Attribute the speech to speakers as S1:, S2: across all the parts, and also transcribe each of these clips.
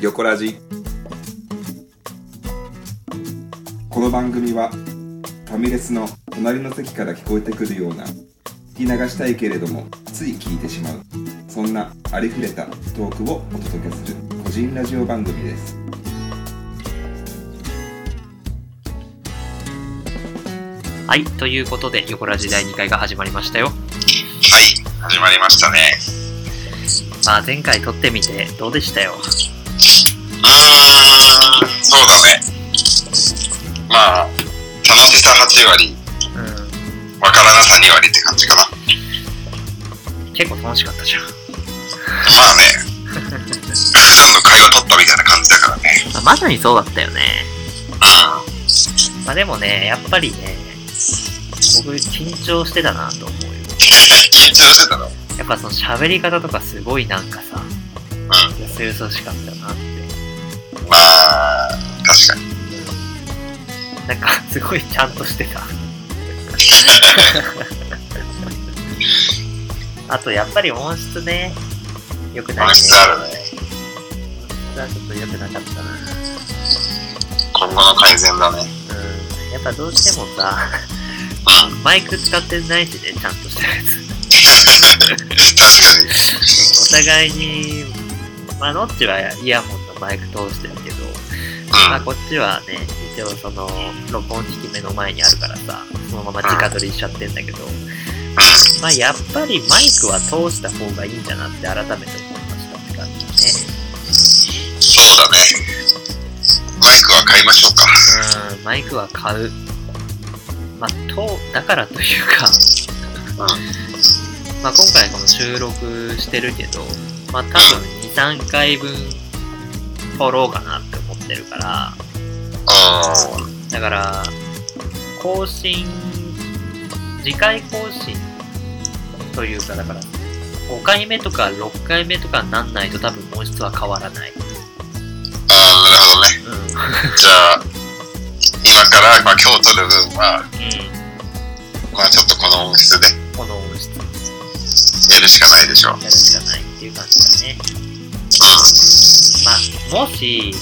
S1: 横ラジこの番組はファミレスの隣の席から聞こえてくるような聞き流したいけれどもつい聞いてしまうそんなありふれたトークをお届けする個人ラジオ番組です
S2: はい、ということで、横ラジ第2回が始まりましたよ。
S1: 始まりましたね
S2: まあ、前回撮ってみて、どうでしたよ。
S1: うーんそうだねまあ楽しさ8割
S2: う、
S1: わからなさ2割って感じかなん
S2: 結構楽しかったじゃん。
S1: まあね概算の会話取ったみたいな感じだからね
S2: まあまさにそうだったよね。
S1: うん
S2: まあでもね、やっぱりね、僕緊張してたなと思うよ。
S1: 緊張してたの
S2: やっぱその喋り方とかすごいなんかさ、よそよそしかったなって。
S1: まあ確かに
S2: なんか、すごいちゃんとして た。あと、やっぱり音質ね、良くないね。
S1: 音質あるね
S2: 音質はちょっと良くなかったな。
S1: 今後の改善だね
S2: うんやっぱどうしてもさ、マイク使ってないしね、ちゃんとしたやつ。
S1: 確かに
S2: お互いに、まあ、ノッチはイヤホンのマイク通してるけど、まあ、こっちはね、一応その、録音機器目の前にあるからさ、そのまま直撮りしちゃってんだけど、まあ、やっぱりマイクは通した方がいいんだなって改めて思いましたって感じだね。
S1: そうだねマイクは買いましょうか
S2: うん、マイクは買う。まあ、と、だからというか、まあ今回この収録してるけど、まあ多分2、3回分撮ろうかなって思ってるから、
S1: うん
S2: だから、更新、次回更新というか、だから、5回目とか6回目とかになんないと多分音質は変わらない。
S1: ああなるほどね
S2: うん。うん。
S1: じゃあ今から、まあ、今日撮る分は、まあ、ちょっとこの音質で
S2: この音質
S1: やるしかないでしょう、うん、
S2: やるしかないっていう感じだね。まあ、もし、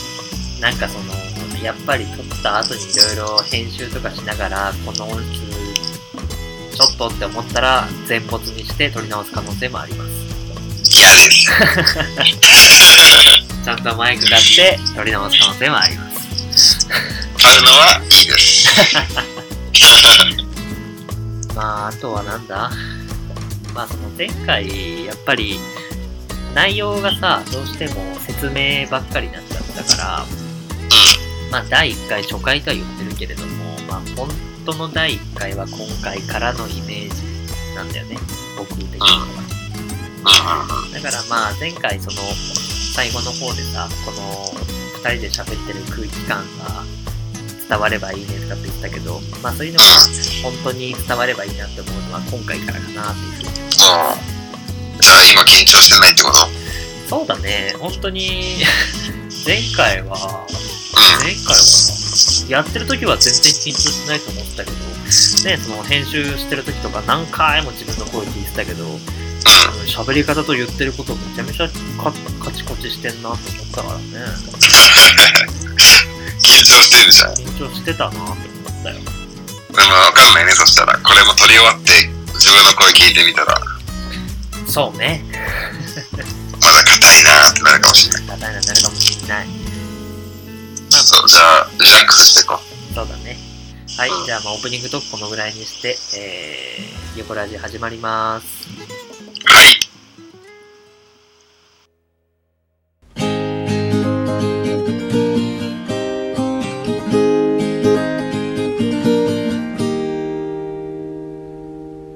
S2: なんかその、やっぱり撮った後にいろいろ編集とかしながら、この音質、ちょっとって思ったら、全没にして撮り直す可能性もあります。
S1: 嫌です
S2: ちゃんとマイク買って撮り直す可能性もあります。
S1: 買うのはいいです
S2: まあ、あとはなんだまあ、その前回、やっぱり、内容がさ、どうしても説明ばっかりになっちゃったから、まあ、第1回、初回とは言ってるけれども、まあ、本当の第1回は今回からのイメージなんだよね、僕的には。
S1: うんうんうん
S2: だからまあ前回その最後の方でさこの2人で喋ってる空気感が伝わればいいねとかって言ったけどまあそういうのが本当に伝わればいいなって思うのは今回からかなっていうふうに
S1: そうじゃあ今緊張してないってこと
S2: そうだね本当 に前回は前回はやってる時は全然緊張してないと思ってたけどねその編集してる時とか何回も自分の声聞いてたけどあの喋り方と言ってることめちゃめちゃカカチコチしてんなと思ったからね
S1: 緊張してるじゃん
S2: 緊張してたなと思ったよ
S1: でも分かんないねそしたらこれも撮り終わって自分の声聞いてみたら
S2: そうね
S1: まだ硬いなーってなるかもしれない
S2: 硬いなになるかもしれない
S1: そうじゃあリラックスしていこう
S2: そうだねはいじゃあまあオープニングトークこのぐらいにしてえー、横ラジ始まります
S1: はい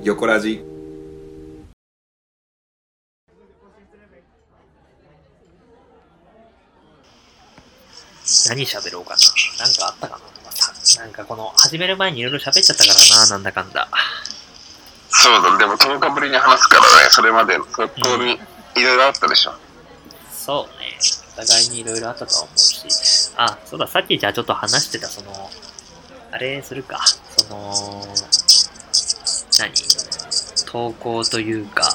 S1: 横ラジ
S2: 何喋ろうかななんかあったかなまたなんかこの始める前にいろいろ喋っちゃったからななんだかんだ
S1: そうだでも10日ぶりに話すからねそれまでそこにいろいろあったでしょ
S2: そうねお互いにいろいろあったとは思うしあそうださっきじゃあちょっと話してたそのあれするかその何投稿というか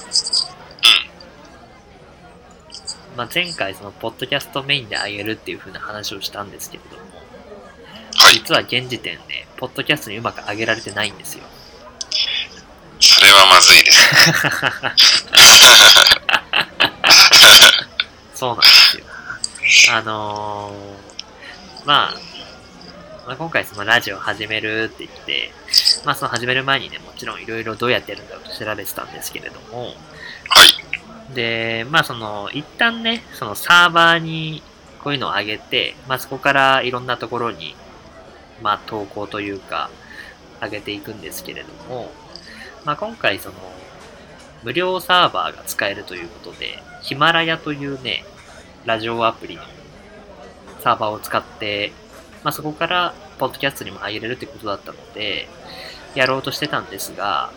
S2: まあ、前回そのポッドキャストメインであげるっていう風な話をしたんですけれども、
S3: はい。
S2: 実は現時点で、ポッドキャストにうまく上げられてないんですよ。
S3: それはまずいです。
S2: そうなんですよ。あのーまあ、まあ、今回そのラジオ始めるって言って、まあその始める前にね、もちろんいろいろどうやってやるんだろうと調べてたんですけれども、
S3: はい。
S2: で、まあその、一旦ね、そのサーバーにこういうのを上げて、まあそこからいろんなところに、まあ投稿というか、上げていくんですけれども、まあ今回その、無料サーバーが使えるということで、ヒマラヤというね、ラジオアプリのサーバーを使って、まあそこから、ポッドキャストにも上げれるってことだったので、やろうとしてたんですが、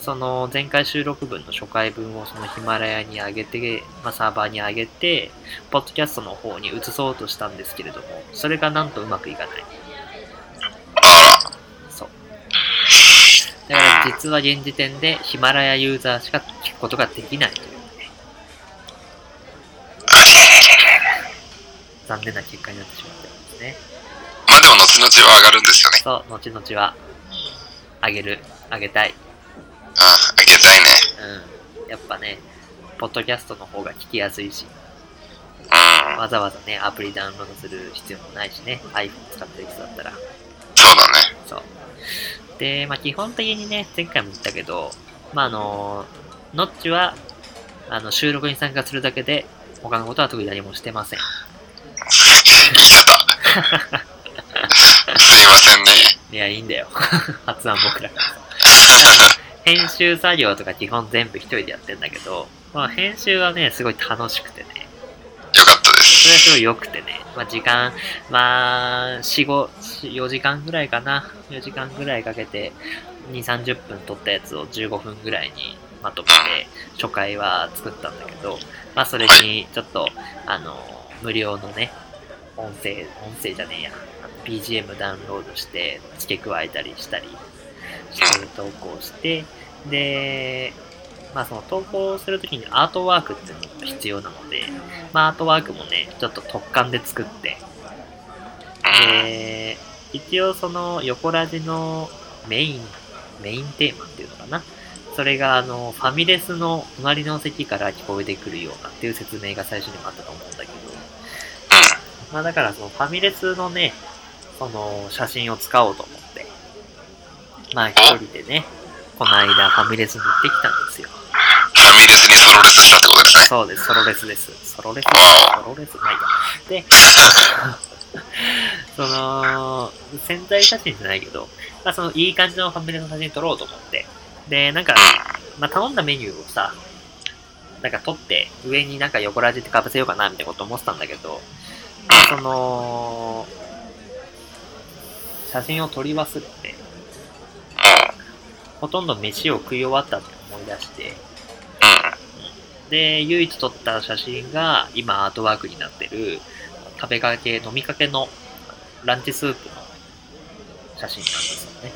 S2: その前回収録分の初回分をそのヒマラヤに上げて、まあ、サーバーに上げて、ポッドキャストの方に移そうとしたんですけれども、それがなんとうまくいかない。そう。だから実は現時点でヒマラヤユーザーしか聞くことができないというね。残念な結果になってしまってるんですね。
S3: まあでも、後々は上がるんですよね。
S2: そう、後々は、あげる、あげたい。
S3: ああ、上げたいね。
S2: うん。やっぱね、ポッドキャストの方が聞きやすいし、
S3: うん。
S2: わざわざね、アプリダウンロードする必要もないしね、iPhone 使ってる人だったら。
S3: そう だね。
S2: そう。で、まあ基本的にね、前回も言ったけど、まああの、ノッチは、あの、収録に参加するだけで、他のことは特に何もしてません。
S3: 嫌だ。すいませんね。
S2: いや、いいんだよ。 発案僕らからさ。あの編集作業とか基本全部一人でやってんだけど、まあ編集はね、すごい楽しくてね、
S3: よかったで
S2: それは
S3: す。
S2: すごい良くてね、まあ、時間、まあ、4、5、4時間ぐらいかな。4時間ぐらいかけて、2、30分撮ったやつを15分ぐらいにまとめて、初回は作ったんだけど、まあ、それに、ちょっと、あの、無料のね、音声、音声じゃねえや、あの BGM ダウンロードして、付け加えたりしたりして、投稿して、で、まあ、その投稿するときにアートワークっていうのが必要なので、まあ、アートワークもね、ちょっと突貫で作って、
S3: うん。
S2: で、一応その横ラジのメイン、メインテーマっていうのかな。それがあの、ファミレスの隣の席から聞こえてくるようなっていう説明が最初にもあったと思うんだけど、まあだからそのファミレスのね、その写真を使おうと思って、まあ一人でね、この間ファミレスに行ってきたんですよ。
S3: ファミレスにソロレスしたってことですね。
S2: そうです、ソロレスです。ソロレス
S3: あ
S2: ソロレスないか。で、 その、潜在写真じゃないけど、まあ、その、いい感じのファミレスの写真撮ろうと思って。で、なんか、まあ、頼んだメニューをさ、なんか撮って、上になんか横ラジってかぶせようかな、みたいなこと思ってたんだけど、その、写真を撮り忘れて、ほとんど飯を食い終わったって思い出して、で、唯一撮った写真が、今アートワークになってる、食べかけ、飲みかけの、ランチスープの写真なんですよね。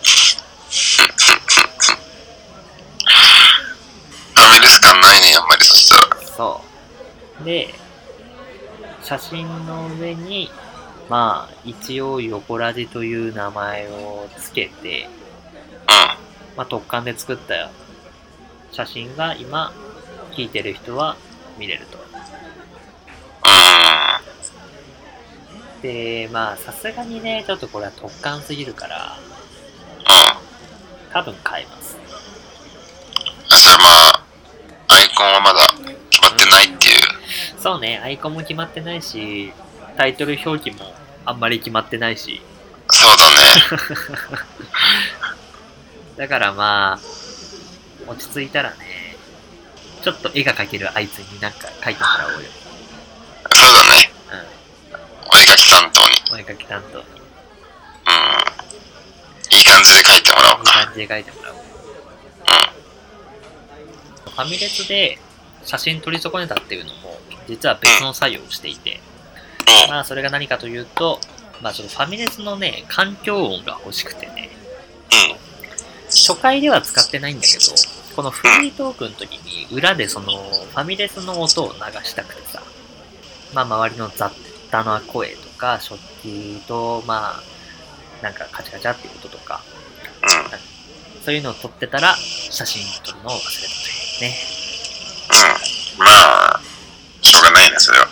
S3: ファミレス感ないね、あんまりそしたら。
S2: そう。で、写真の上に、まあ、一応、横ラジという名前を付けて、
S3: う
S2: まあ、特貫で作った写真が今、聞いてる人は見れると。
S3: ん。
S2: で、まあ、さすがにね、ちょっとこれは特貫すぎるから、
S3: うん。うん。
S2: 多分変えます。
S3: じゃあまあ、アイコンはまだ決まってないっていう。
S2: そうね、アイコンも決まってないし、タイトル表記もあんまり決まってないし、
S3: そうだね。
S2: だからまあ、落ち着いたらね、ちょっと絵が描けるあいつになんか描いてもらおうよ。
S3: そうだね。お絵描き担当に。
S2: うん、お絵描き担当に、い
S3: うん。いい感じで描いてもらおう
S2: い
S3: か。
S2: 感じで描いてもらおう。
S3: う
S2: ファミレスで写真撮り損ねたっていうのも、実は別の作業をしていて、
S3: ん。うん。
S2: まあそれが何かというと、まあちょっとファミレスのね、環境音が欲しくてね、
S3: うん。
S2: 初回では使ってないんだけど、このフリートークの時に裏でそのファミレスの音を流したくてさ、まあ、周りの雑多な声とか、食器と、まあ、なんかカチャカチャっていう音とか、
S3: うん、うん。
S2: そういうのを撮ってたら、写真撮るのを忘れたというね。
S3: まあ、しょうがないね、それは。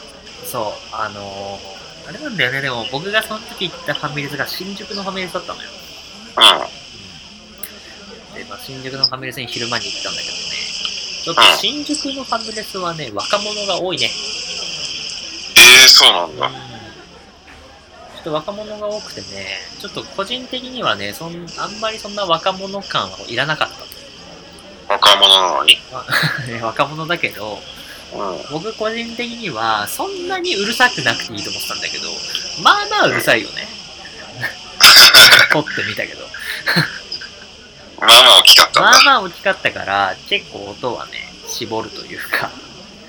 S2: そう、あのーあれなんだよね、でも僕がその時行ったファミレスが新宿のファミレスだったのよ。
S3: うん、
S2: で、まあ、新宿のファミレスに昼間に行ったんだけどね、ちょっと新宿のファミレスはね、若者が多いね。
S3: えー、そうなん
S2: ちょ
S3: だ。
S2: っと若者が多くてね、ちょっと個人的にはね、そんあんまりそんな若者感はいらなかった
S3: 若者なのに。。
S2: ね若者だけど、
S3: うん。
S2: 僕個人的にはそんなにうるさくなくていいと思ってたんだけど、まあまあうるさいよね。撮ってみたけど。
S3: まあまあ大きかったん
S2: ま
S3: だ
S2: あ。まあ大きかったから、結構音はね、絞るというか。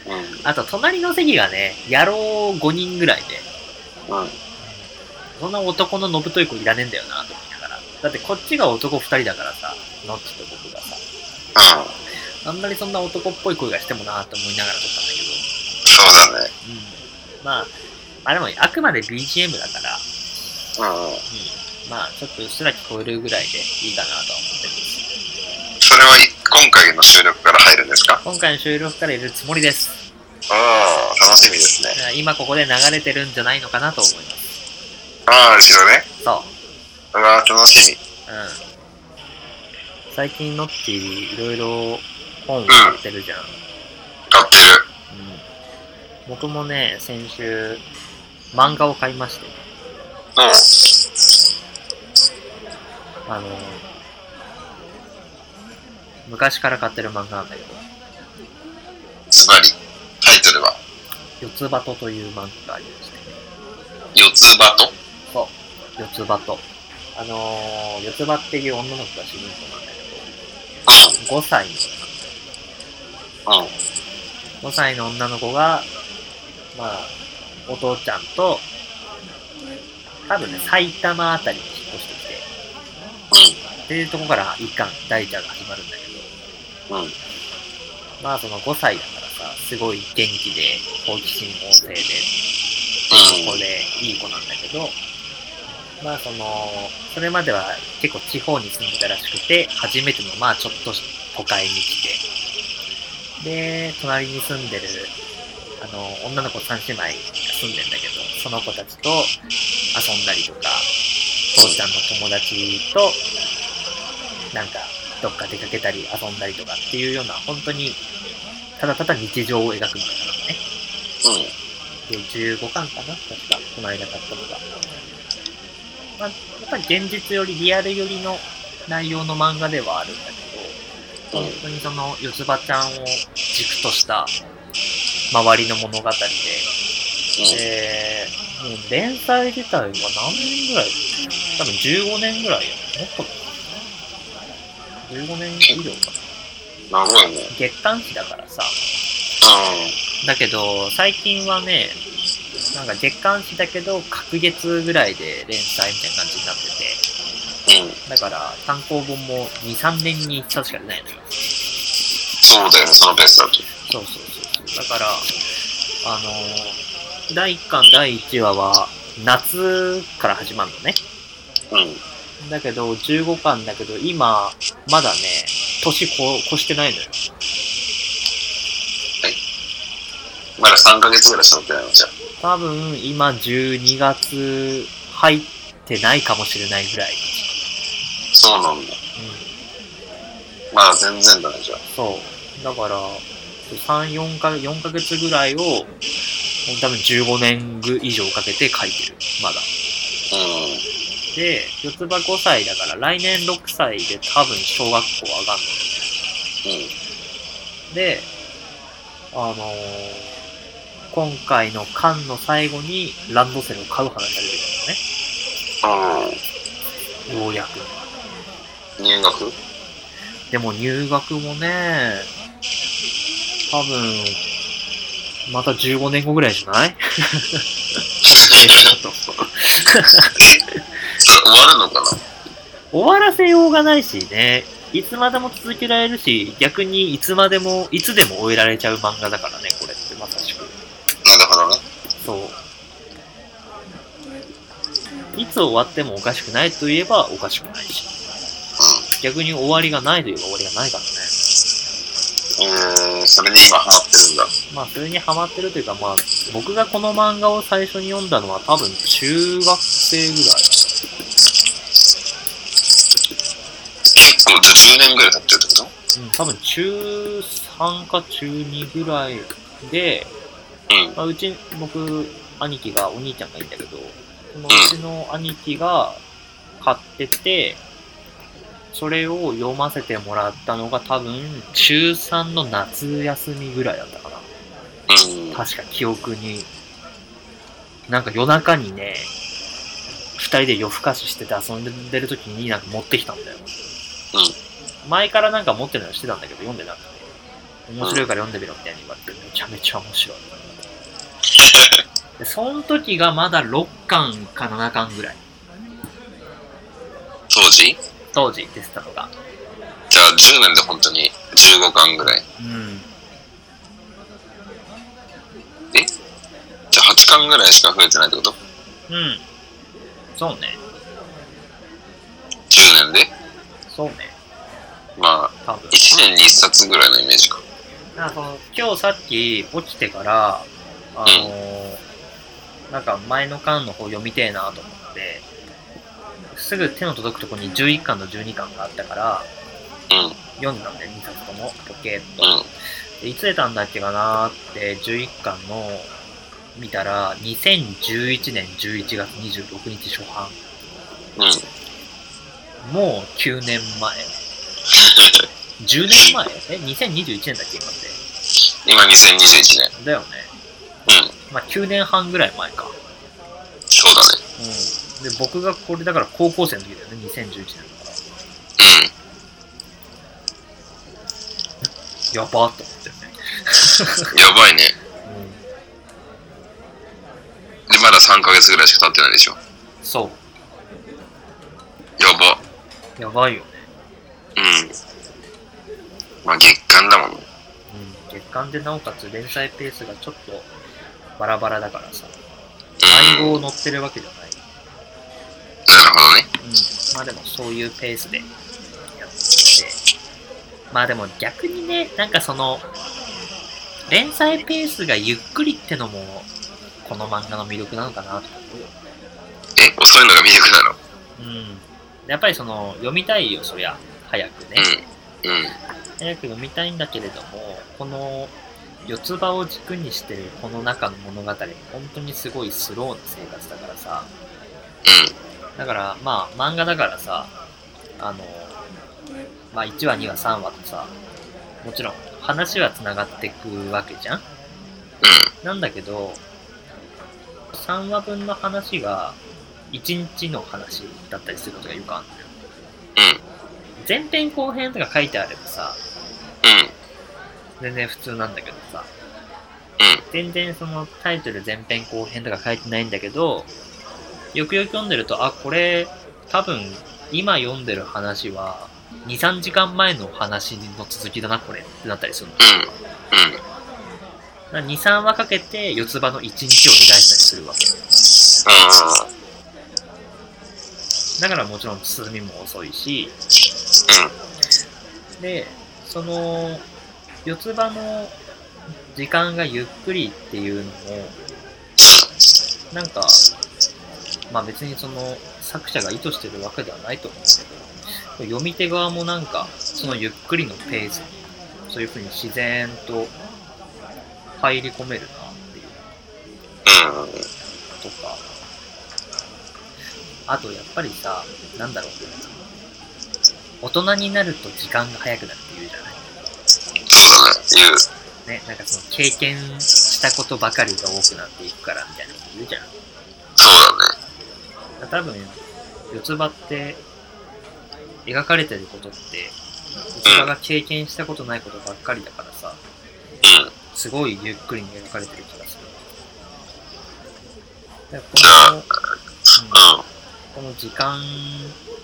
S3: うん、
S2: あと隣の席がね、野郎5人ぐらいで、
S3: うん、うん。
S2: そんな男ののぶとい子いらねえんだよなと思いながら。だってこっちが男2人だからさ、ノッチと僕がさ、あんまりそんな男っぽい声がしてもなと思いながら撮ったんだ
S3: そうだね。
S2: けど、うん。まあ、あれもあくまで BGM だから、
S3: うん。
S2: うん。まあ、ちょっとうっすら聞こえるぐらいでいいかなとは思ってるんです。
S3: それはい今回の収録から入るんですか
S2: 今回の収録から入れるつもりです。
S3: ああ、楽しみですね。
S2: 今ここで流れてるんじゃないのかなと思います。
S3: ああ、後ろね。
S2: そう。
S3: うわー楽し
S2: うん最近のっちいろいろ本を買ってるじゃん、
S3: み。買ってる。
S2: うん僕もね先週漫画を買いまして
S3: うん。うん。
S2: あの昔から買ってる漫画なんだけど
S3: ズバリ。タイトルは、
S2: 「四つ葉と」という漫画がありまして
S3: 四つ葉と。
S2: そう四つ葉とあのー四つ葉っていう女の子が主人公なんだけど5歳の
S3: うん。うん。
S2: 5歳の女の子が、まあ、お父ちゃんと、多分ね、埼玉あたりに引っ越してきて、っていうとこから一巻、大ちゃんが始まるんだけど、
S3: うん。うん。
S2: まあその5歳だからさ、すごい元気で、好奇心旺盛で、子で、いい子なんだけど、まあその、それまでは結構地方に住んでたらしくて、初めてのまあちょっと都会に来て、で、隣に住んでる、あの、女の子3姉妹が住んでんだけど、その子たちと遊んだりとか、父ちゃんの友達と、なんか、どっか出かけたり遊んだりとかっていうような、本当に、ただただ日常を描く漫画なのね。
S3: うん。
S2: で15巻かな確か、この間買ったのが。まあ、やっぱり現実よりリアルよりの内容の漫画ではあるんだけど、
S3: うん
S2: 本当にその四つ葉ちゃんを軸とした周りの物語で、で、もう連載自体は何年ぐらい多分15年ぐらいやもっとかな ?15 年以上かな
S3: 長いね。
S2: 月刊誌だからさ、
S3: う
S2: だけど、最近はね、なんか月刊誌だけど、隔月ぐらいで連載みたいな感じになってて、
S3: ん。うん。
S2: だから単行本も2、3年に1冊しか出ないのよ。
S3: そうだよね、そのペースだと。
S2: そうそうそうそう。だから、あのー第1巻、第1話は夏から始まるのね。
S3: うん。
S2: だけど、15巻だけど、今、まだね、年こ越してないのよ。
S3: まだ3ヶ月ぐらいしか経ってないのじゃあ。
S2: 多分、今12月入ってないかもしれないぐらい。
S3: そうなんだ。
S2: うん
S3: まだ全然だね、じゃあ。
S2: そう。だから、3、4か、4ヶ月ぐらいを、もう多分15年ぐ以上かけて書いてる。まだ。
S3: う
S2: で、四つ葉5歳だから、来年6歳で多分小学校上がん
S3: ん。うん。
S2: の。で、あのー今回の巻の最後にランドセルを買う話が出
S3: う
S2: てくるのね。ようやく。
S3: ん。入学うん。
S2: でも入学もね、多分、また15年後ぐらいじゃない ちょっと
S3: それ終わるのかな
S2: 終わらせようがないしね、いつまでも続けられるし、逆にいつまでも、いつでも終えられちゃう漫画だからね、これってまさしく。
S3: なるほどね。
S2: そう。そう。いつ終わってもおかしくないといえばおかしくないし。逆に終わりがないといえば終わりがないからね。
S3: えー、それに今ハマってるんだ。
S2: まあ、それにハマってるというか、まあ、僕がこの漫画を最初に読んだのは多分中学生ぐらい。
S3: 結構、じゃあ10年ぐらい経ってるってこと
S2: うん、多分中3か中2ぐらいで、
S3: うん。
S2: まあ、うち、僕、兄貴が、お兄ちゃんがいいんだけど、そのうちの兄貴が買ってて、それを読ませてもらったのが多分中3の夏休みぐらいだったかな。
S3: うん。
S2: 確か記憶に。なんか夜中にね、二人で夜更かししてて遊んでる時になんか持ってきたんだよ。前からなんか持ってるのはしてたんだけど、読んでなくて。面白いから読んでみろみたいに言われて、めちゃめちゃ面 白い。で、その時がまだ6巻か7巻ぐらい。
S3: 当時
S2: 当時出てたのが。
S3: じゃあ10年で本当に15巻ぐらい。
S2: うん。
S3: じゃあ8巻ぐらいしか増えてないってこと
S2: うん。そうね。
S3: ?10 年で
S2: そうね。
S3: まあ、
S2: 多分
S3: 1。年に1冊ぐらいのイメージか。
S2: なんかその今日さっき起きてから、あのーなんか前の巻の方読みてえなと思って、すぐ手の届くとこに11巻と12巻があったから、
S3: うん、うん、
S2: 読んだんで、2冊とも、ポケッと。
S3: うん。
S2: でいつ出たんだっけかなーって、11巻の、見たら、2011年11月26日初版。もう9年前。10年前え ?2021 年だっけ今っ
S3: 今2021年。
S2: て。だよね。
S3: うん、
S2: まあ、9年半ぐらい前か。
S3: そうだね。
S2: うん。で、僕がこれだから高校生の時だよね、2011年だから。やばーって思ったよね。
S3: うん。やばいね。
S2: う
S3: で、まだ3ヶ月ぐらいしか経ってないでしょ。
S2: ん。そ
S3: やば。
S2: う。やばいよね。
S3: うん。まあ月間だもんね。
S2: うん。月間でなおかつ連載ペースがちょっとバラバラだからさ、
S3: う
S2: 暗
S3: ん。なるほ
S2: 号乗ってるわけじゃない。
S3: どね。
S2: うん。まあでもそういうペースでやってて。まあでも逆にね、なんかその、連載ペースがゆっくりってのも、この漫画の魅力なのかなと思うよ。
S3: え、遅いのが魅力なの
S2: うん。やっぱりその、読みたいよ、そりゃ。早くね。
S3: うん。うん。
S2: 早く読みたいんだけれども、この、四つ葉を軸にしてるこの中の物語、本当にすごいスローな生活だからさ。だから、まあ、漫画だからさ、あの、まあ、1話、2話、3話とさ、もちろん、話は繋がってくわけじゃんなんだけど、3話分の話が、1日の話だったりすることがよくあるんだよ。前編後編とか書いてあればさ、
S3: うん。うん。うん。
S2: 全然普通なんだけどさ、
S3: うん。
S2: 全然そのタイトル前編後編とか書いてないんだけど、よくよく読んでると、あ、これ、多分、今読んでる話は、2、3時間前の話の続きだな、これってなったりするの。
S3: うん。うん。
S2: だから2、3話かけて、四つ葉の1日を見出したりするわけ。
S3: あー
S2: だからもちろん進みも遅いし、で、その、四つ葉の時間がゆっくりっていうのも、なんか、まあ別にその作者が意図してるわけではないと思うんですけど、読み手側もなんか、そのゆっくりのペースに、そういうふうに自然と入り込めるなっていう
S3: うん。うん。
S2: とか、あとやっぱりさ、なんだろう、大人になると時間が早くなるって言うじゃない
S3: そうだね。言う。
S2: ね、なんかその経験したことばかりが多くなっていくからみたいなこと言うじゃん。
S3: そうだね。
S2: 多分、四つ葉って、描かれてることって、四つ葉が経験したことないことばっかりだからさ、
S3: うん。
S2: すごいゆっくりに描かれてる気がする。だか
S3: じゃ
S2: ら
S3: あ
S2: この、この時間、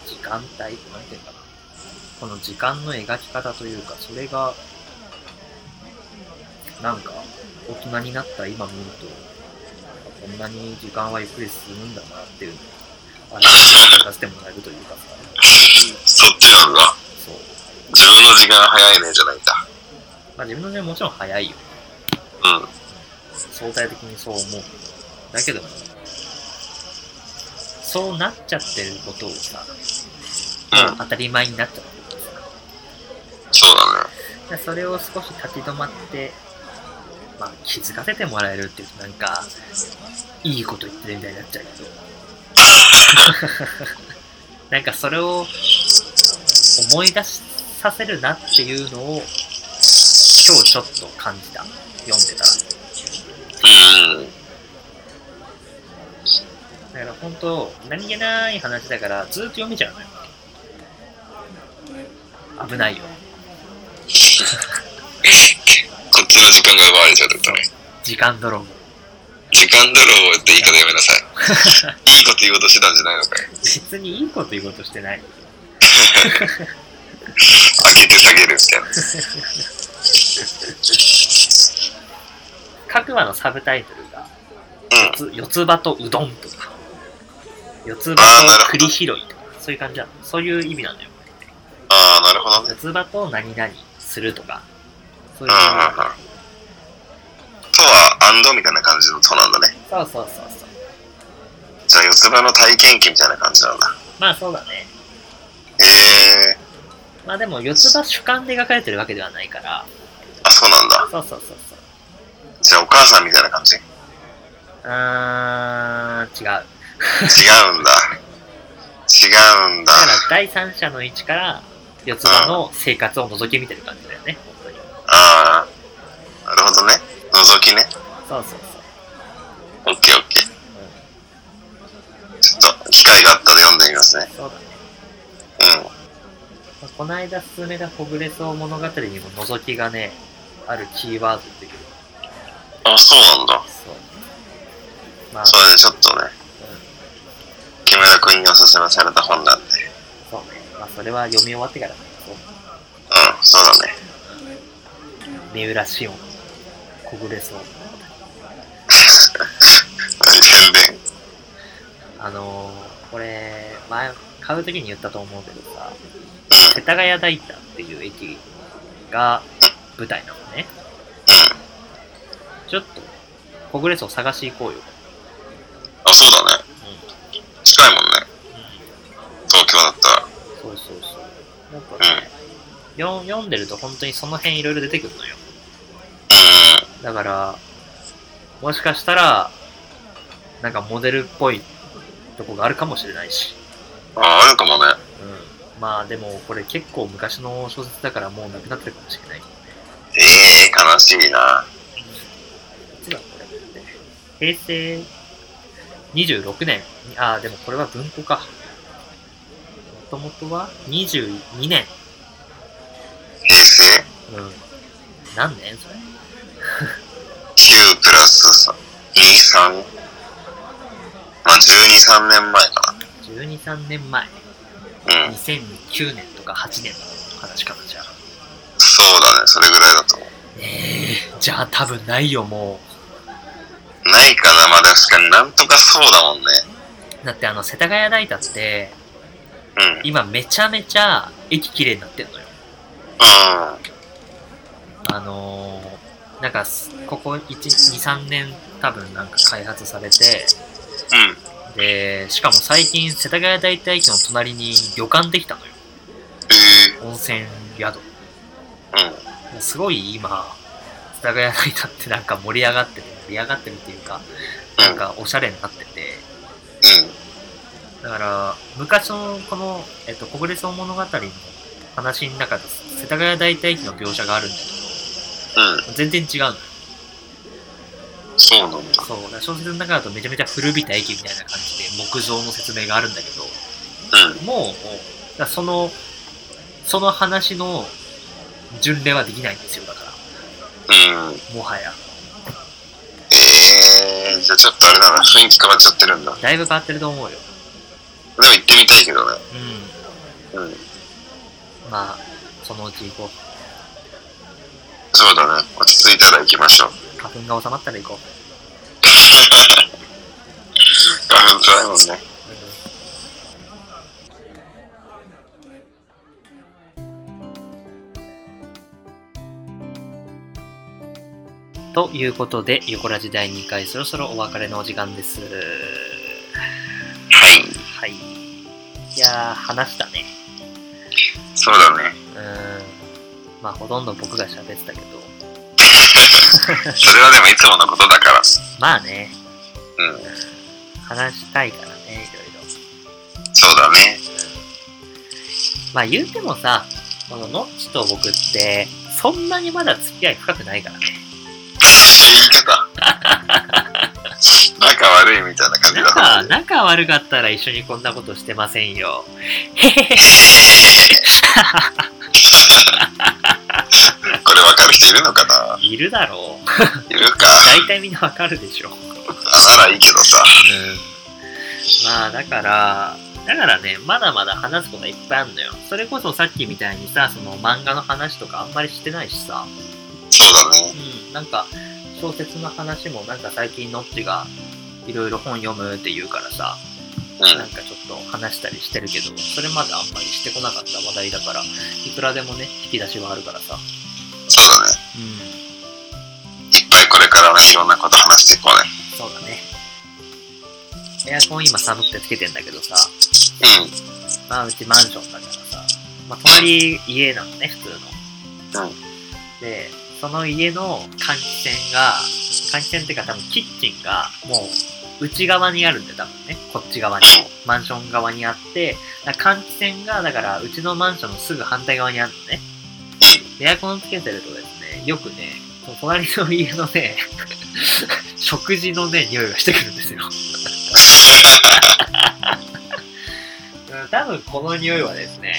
S2: 時間帯なんていうのかな。この時間の描き方というか、それが、なんか、大人になった今見ると、こんなに時間はゆっくり進むんだなっていうのを、あれ、聞かせてもらえるというかさ、
S3: そっちなんだ。
S2: そう。
S3: 自分の時間が早いねじゃないんだ。
S2: まあ自分のね、もちろん早いよ。
S3: うん。
S2: 相対的にそう思う。だけども、そうなっちゃってることをさ、
S3: うん。
S2: 当たり前になっちゃってるからさ、
S3: そうだね。
S2: でそれを少し立ち止まって、まあ、気づかせてもらえるっていうとなんかいいこと言ってるみたいになっちゃうけどなんかそれを思い出させるなっていうのを今日ちょっと感じた読んでたら
S3: うん。
S2: だから本当何気ない話だからずっと読めちゃうのよ危ないよ
S3: こっちの時間が奪われちゃうってことね。
S2: 時間泥棒
S3: 時間泥棒って言い方やめな さい。いいこと言おうとしてたんじゃないのかい。
S2: 別にいいこと言おうとしてない
S3: 開けて下げるみたいな。
S2: 各話のサブタイトルが
S3: う
S2: 四つ
S3: ん。
S2: 四つ葉とうどんとか、四つ葉と栗拾いとか、そういう感じなの。そういう意味なんだよ。
S3: ああ、なるほどね。
S2: 四つ葉と何々するとか、そううい
S3: ん
S2: う。
S3: うんうん。とは、アンドみたいな感じのとなんだね。
S2: そうそうそうそう。
S3: じゃあ、四つ葉の体験記みたいな感じなんだ。
S2: まあそうだね。
S3: へえ。
S2: まあでも四つ葉主観で描かれてるわけではないから、
S3: あ、そうなんだ。
S2: そうそうそうそう。
S3: じゃあ、お母さんみたいな感じ。違
S2: うーん、違う。だか
S3: うんだ。違うんだ。
S2: ら第三者の位置から四つ葉の生活を覗き見てる感じだよね、本当に。
S3: ああ。なるほどね。覗きね。
S2: そうそうそう。
S3: オッケーオッケー。ちょっと、機会があったら読んでみますね。
S2: そうだね。
S3: うん。
S2: まあこの間進めたほぐれそう物語にも覗きがね、あるキーワードっていう
S3: あ、そうなんだ。
S2: そう。まあ、
S3: それでちょっとね、
S2: うん
S3: 木村君におすすめされた本なんで。う
S2: そ
S3: ん、
S2: うね。まあ、それは読み終わってからね。そう
S3: そうだね。
S2: 三浦紫音、こぐれそう。
S3: 宣伝。
S2: あのー、これ、前、買う時に言ったと思うけどさ、
S3: うん、
S2: 世田谷大田っていう駅が舞台なのね。
S3: うん。
S2: ちょっと、こぐれそう探し行こうよ。
S3: あ、そうだね。近いもんね。
S2: う
S3: 東京だったら。
S2: ん。そうそうそう。なんかね、よん読んでると本当にその辺いろいろ出てくるのよ。
S3: う
S2: だから、もしかしたら、なんかモデルっぽいとこがあるかもしれないし。
S3: ん、うん。あ、あるかもね。
S2: うん。まあでも、これ結構昔の小説だからもうなくなってるかもしれない。い
S3: ええ悲しいな。
S2: つだこれ平成26年に。ああ、でもこれは文庫か。もともとは22年。
S3: 平成
S2: うん。何年それ。
S3: 9プラス2、3。まあ、12、3年前か
S2: ?12、3年前。
S3: な。うん。
S2: 2009年とか8年の話かな、じゃあ。
S3: そうだね。それぐらいだと思う。
S2: ええじゃあ多分ないよ、も
S3: ないかな。まあ、確かになんとかそうだもんね。
S2: う。だってあの、世田谷代田って、
S3: うん。
S2: 今めちゃめちゃ駅綺麗になってんのよ。
S3: うん。
S2: あのー、なんかす、ここ1、2、3年多分なんか開発されて、
S3: うん。
S2: で、しかも最近世田谷代田駅の隣に旅館できたのよ。
S3: ええ
S2: 温泉宿。
S3: うん。
S2: すごい今、世田谷代田ってなんか盛り上がってて、盛り上がってるっていうか、
S3: う
S2: なん
S3: ん。
S2: かおしゃれになってて、
S3: うん。
S2: だから、昔のこの、えっと、国立物語の話の中で、世田谷大田駅の描写があるんだ
S3: うん。
S2: けど、全然違うのよ。
S3: そうなんだ。
S2: そう、だから小説の中だとめちゃめちゃ古びた駅みたいな感じで、木造の説明があるんだけど、
S3: うん。
S2: もう、もうだからその、その話の巡礼はできないんですよ、だか
S3: うん。
S2: ら、もはや。
S3: ええー、じゃあちょっとあれだな、雰囲気変わっちゃってるんだ。で
S2: だいぶ変わってると思うよ。
S3: も行ってみたいけどね。
S2: うん。
S3: うん。
S2: まあ、そのうち行こ
S3: そうだね。落ち着いたら行きましょう。
S2: う。花粉が収まったら行こう。
S3: 本当だよね。
S2: ということで、横ラジ第2回、そろそろお別れのお時間です。
S3: はい。
S2: はい。いやー、話したね。
S3: そうだね
S2: う。ーん。まあ、ほとんど僕が喋ってたけど。
S3: それはでもいつものことだから。
S2: まあね、
S3: うん。
S2: 話したいからね、いろいろ。
S3: そうだね。
S2: まあ言うてもさ、このノッチと僕って、そんなにまだ付き合い深くないからね。
S3: 言い方。仲悪いみたいな感じだ
S2: 仲、 仲悪かったら一緒にこんなことしてませんよ。へへへ。
S3: これ分かる人いるのかない
S2: るだろう。
S3: いるか。
S2: 大体みんなわかるでしょ。
S3: ならいいけどさ。
S2: まあだから、だからね、まだまだ話すことはいっぱいあるのよ。それこそさっきみたいにさ、その漫画の話とかあんまりしてないしさ、
S3: そうだね。
S2: うん、なんか小説の話もなんか最近ノッチがいろいろ本読むって言うからさ、
S3: うん
S2: なん。かちょっと話したりしてるけど、それまであんまりしてこなかった話題だから、いくらでもね、引き出しはあるからさ。
S3: そうだね。
S2: うん。
S3: いっぱいこれからね、いろんなこと話していこう
S2: そうだね。エアコン今寒くてつけてんだけどさ、
S3: ね。うん。
S2: まあうちマンションだからさ、まあ隣家なのね、普通の。
S3: うん
S2: で、その家の換気扇が、換気扇っていうか多分キッチンがもう内側にあるんで多分ね、こっち側に、マンション側にあって、だから換気扇がだからうちのマンションのすぐ反対側にあるのね。エアコンつけてるとですね、よくね、その隣の家のね、 食事のね、匂いがしてくるんですよ。 うん多分この匂いはですね、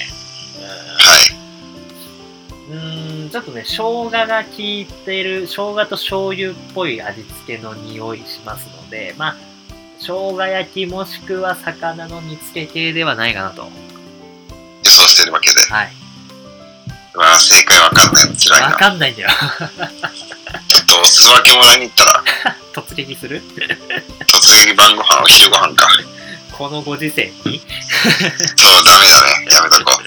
S2: うん、うーん、ちょっとね、生姜が効いてる、生姜と醤油っぽい味付けの匂いしますので、まあ、生姜焼きもしくは魚の煮付け系ではないかなと。
S3: 予想してるわけで。
S2: はい。
S3: うわぁ、正解わかんないの辛い
S2: わ
S3: な。
S2: かんないんだよ。
S3: ちょっとお裾分けもらいに行ったら、
S2: 突撃する
S3: 突撃晩ご飯、お昼ご飯か。
S2: このご時世に。
S3: そう、ダメだね。やめとこう。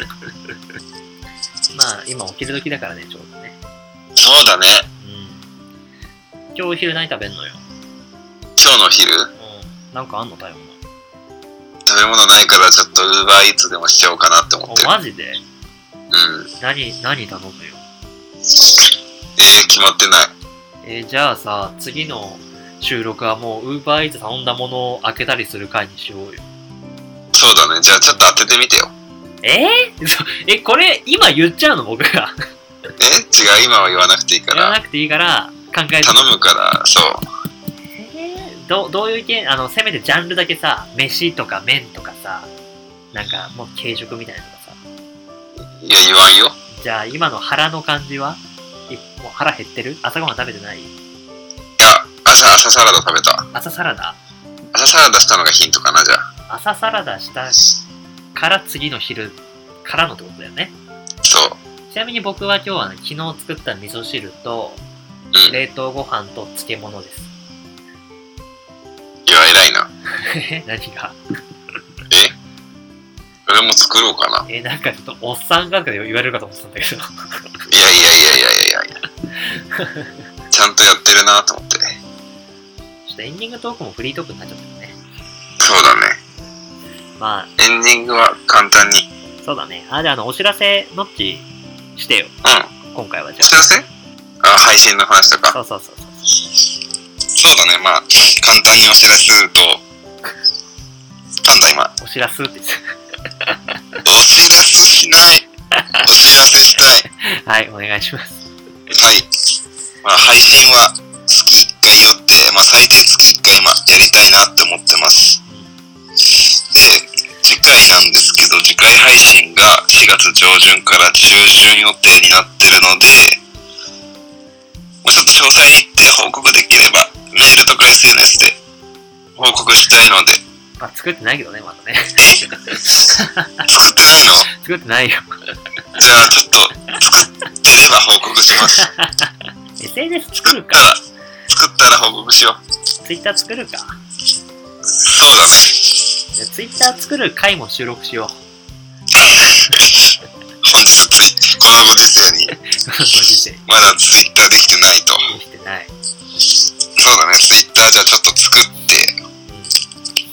S2: まあ、今お昼時だからね、ちょうどね。
S3: そうだね。
S2: うん。今日お昼何食べんのよ。
S3: 今日の昼、
S2: うん。なんかあんの食べ物。
S3: 食べ物ないからちょっとウーバーイーツでもしちゃおうかなって思って
S2: お、
S3: る。
S2: マジで
S3: うん。
S2: 何、何頼むよ。
S3: えー、決まってない。
S2: えーじゃあさ、次の収録はもう UberEats 頼んだものを開けたりする回にしようよ。
S3: そうだね。じゃあちょっと当ててみてよ。
S2: えー、 そえ、これ今言っちゃうの僕が。
S3: え違う、今は言わなくていいか
S2: 言わ
S3: ら。
S2: なくていいから考えて。
S3: 頼むから、そう。
S2: えーどうどういう意見あの、せめてジャンルだけさ、飯とか麺とかさ、なんかもう軽食みたいなのとかさ。
S3: いや、言わんよ。
S2: じゃあ今の腹の感じはいもう腹減ってる朝ごはん食べてない
S3: いや、朝、朝サラダ食べた。
S2: 朝サラダ
S3: 朝サラダしたのがヒントかな、じゃあ。
S2: 朝サラダしたから次の昼からのってことだよね。
S3: そう。
S2: ちなみに僕は今日はね、昨日作った味噌汁と、
S3: うん。
S2: 冷凍ご飯と漬物です。
S3: いや、偉いな。
S2: え何が
S3: えこれも作ろうかな。
S2: え、なんかちょっとおっさんが言われるかと思ってたんだけど。
S3: いやいやいやいやいやいや。ちゃんとやってるなと思って。
S2: ちょっとエンディングトークもフリートークになっちゃったよね。
S3: そうだね。
S2: まあ、
S3: エンディングは簡単に。うん。
S2: そうだね。あ、じゃああの、お知らせ、のっちしてよ。今回はじゃ
S3: お知らせあ、配信の話と
S2: あ。
S3: か。
S2: そうそうそうそう。
S3: そうだね。まあ、簡単にお知らせすると、なんだ今。
S2: お知らすって言って
S3: お知らせしない。お知らせしたい。
S2: た はい、お願いします。
S3: はい。まあ、配信は月1回予定、まあ、最低月1回、まあ、やりたいなって思ってます。で、次回なんですけど、次回配信が4月上旬から中旬予定になってるので、もうちょっと詳細に行って報告できれば、メールとか SNS で報告したいので、
S2: まあ、作ってないけどね、まだね。
S3: 作ってないの
S2: 作ってないよ。
S3: じゃあちょっと、作ってれば報告します。
S2: SNS 作
S3: 作
S2: る
S3: っ
S2: か
S3: たら、作ったら報告しよう。
S2: ?Twitter 作るか
S3: そそうだね。
S2: じゃあツイッター作る回も収録しよう。
S3: 本日ツイ、このご時世に、
S2: ご時世に
S3: まだツイッターできてないと。
S2: してない。
S3: そうだね、ツイッターじゃあちょっと作って、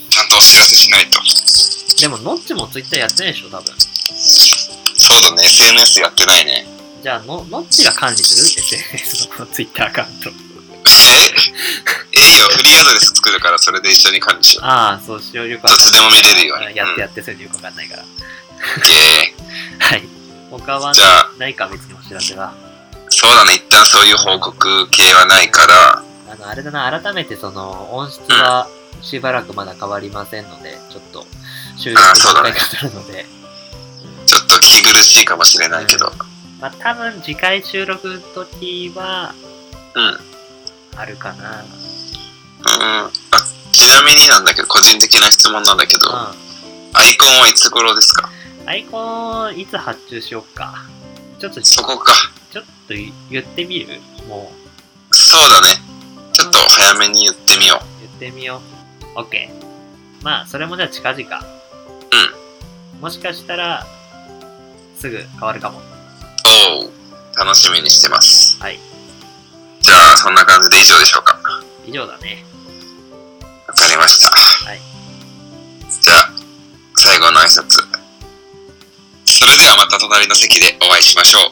S3: ちゃんとお知らせしないと。
S2: でも、ノッチもツイッターやってないでしょ、多分。
S3: そうだね、SNS やってないね。
S2: じゃあ、のノッチが管理する ?SNS のこのツイッターアカウント。
S3: いいよ、フリーアドレス作るから、それで一緒に管理しよう。
S2: ああ、そうしよう。よくわ
S3: どっちでも見れるよ
S2: かん
S3: う
S2: ない。
S3: に。
S2: やって
S3: うん
S2: やって、それでよくわかんないから。
S3: イエーイ
S2: はい。他は
S3: じゃあ
S2: ないか、別にお知らせは。
S3: そうだね、一旦そういう報告系はないから、
S2: あの、あれだな、改めてその、音質はしばらくまだ変わりませんので、ちょっと、収録
S3: あそうだ
S2: 何
S3: ね
S2: 回かするので、
S3: ちょっと聞き苦しいかもしれないけど。
S2: まあ、多分次回収録の時は、
S3: うん。
S2: あるかな。
S3: うんあちなみになんだけど、個人的な質問なんだけど、ア
S2: う
S3: イコンはいつ頃ですか
S2: ん。アイコン、いつ発注しよっか。ちょっと、ち
S3: そ
S2: ょっ
S3: こか。
S2: と言ってみるもう、
S3: そうだね。ちょっと早めに言ってみよう。
S2: 言ってみよう。OK。まあ、それもじゃあ近々。うん。もしかしたら、すぐ変わるかも。
S3: おう楽しみにしてます。
S2: はい。
S3: じゃあ、そんな感じで以上でしょうか。
S2: 以上だね。
S3: わかりました。
S2: い
S3: じゃあ、最後の挨拶。それではまた隣の席でお会いしましょう。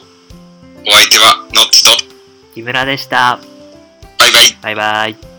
S3: お相手は、ノッチと、
S2: 木村でした。
S3: バイバイ。
S2: バイバイ。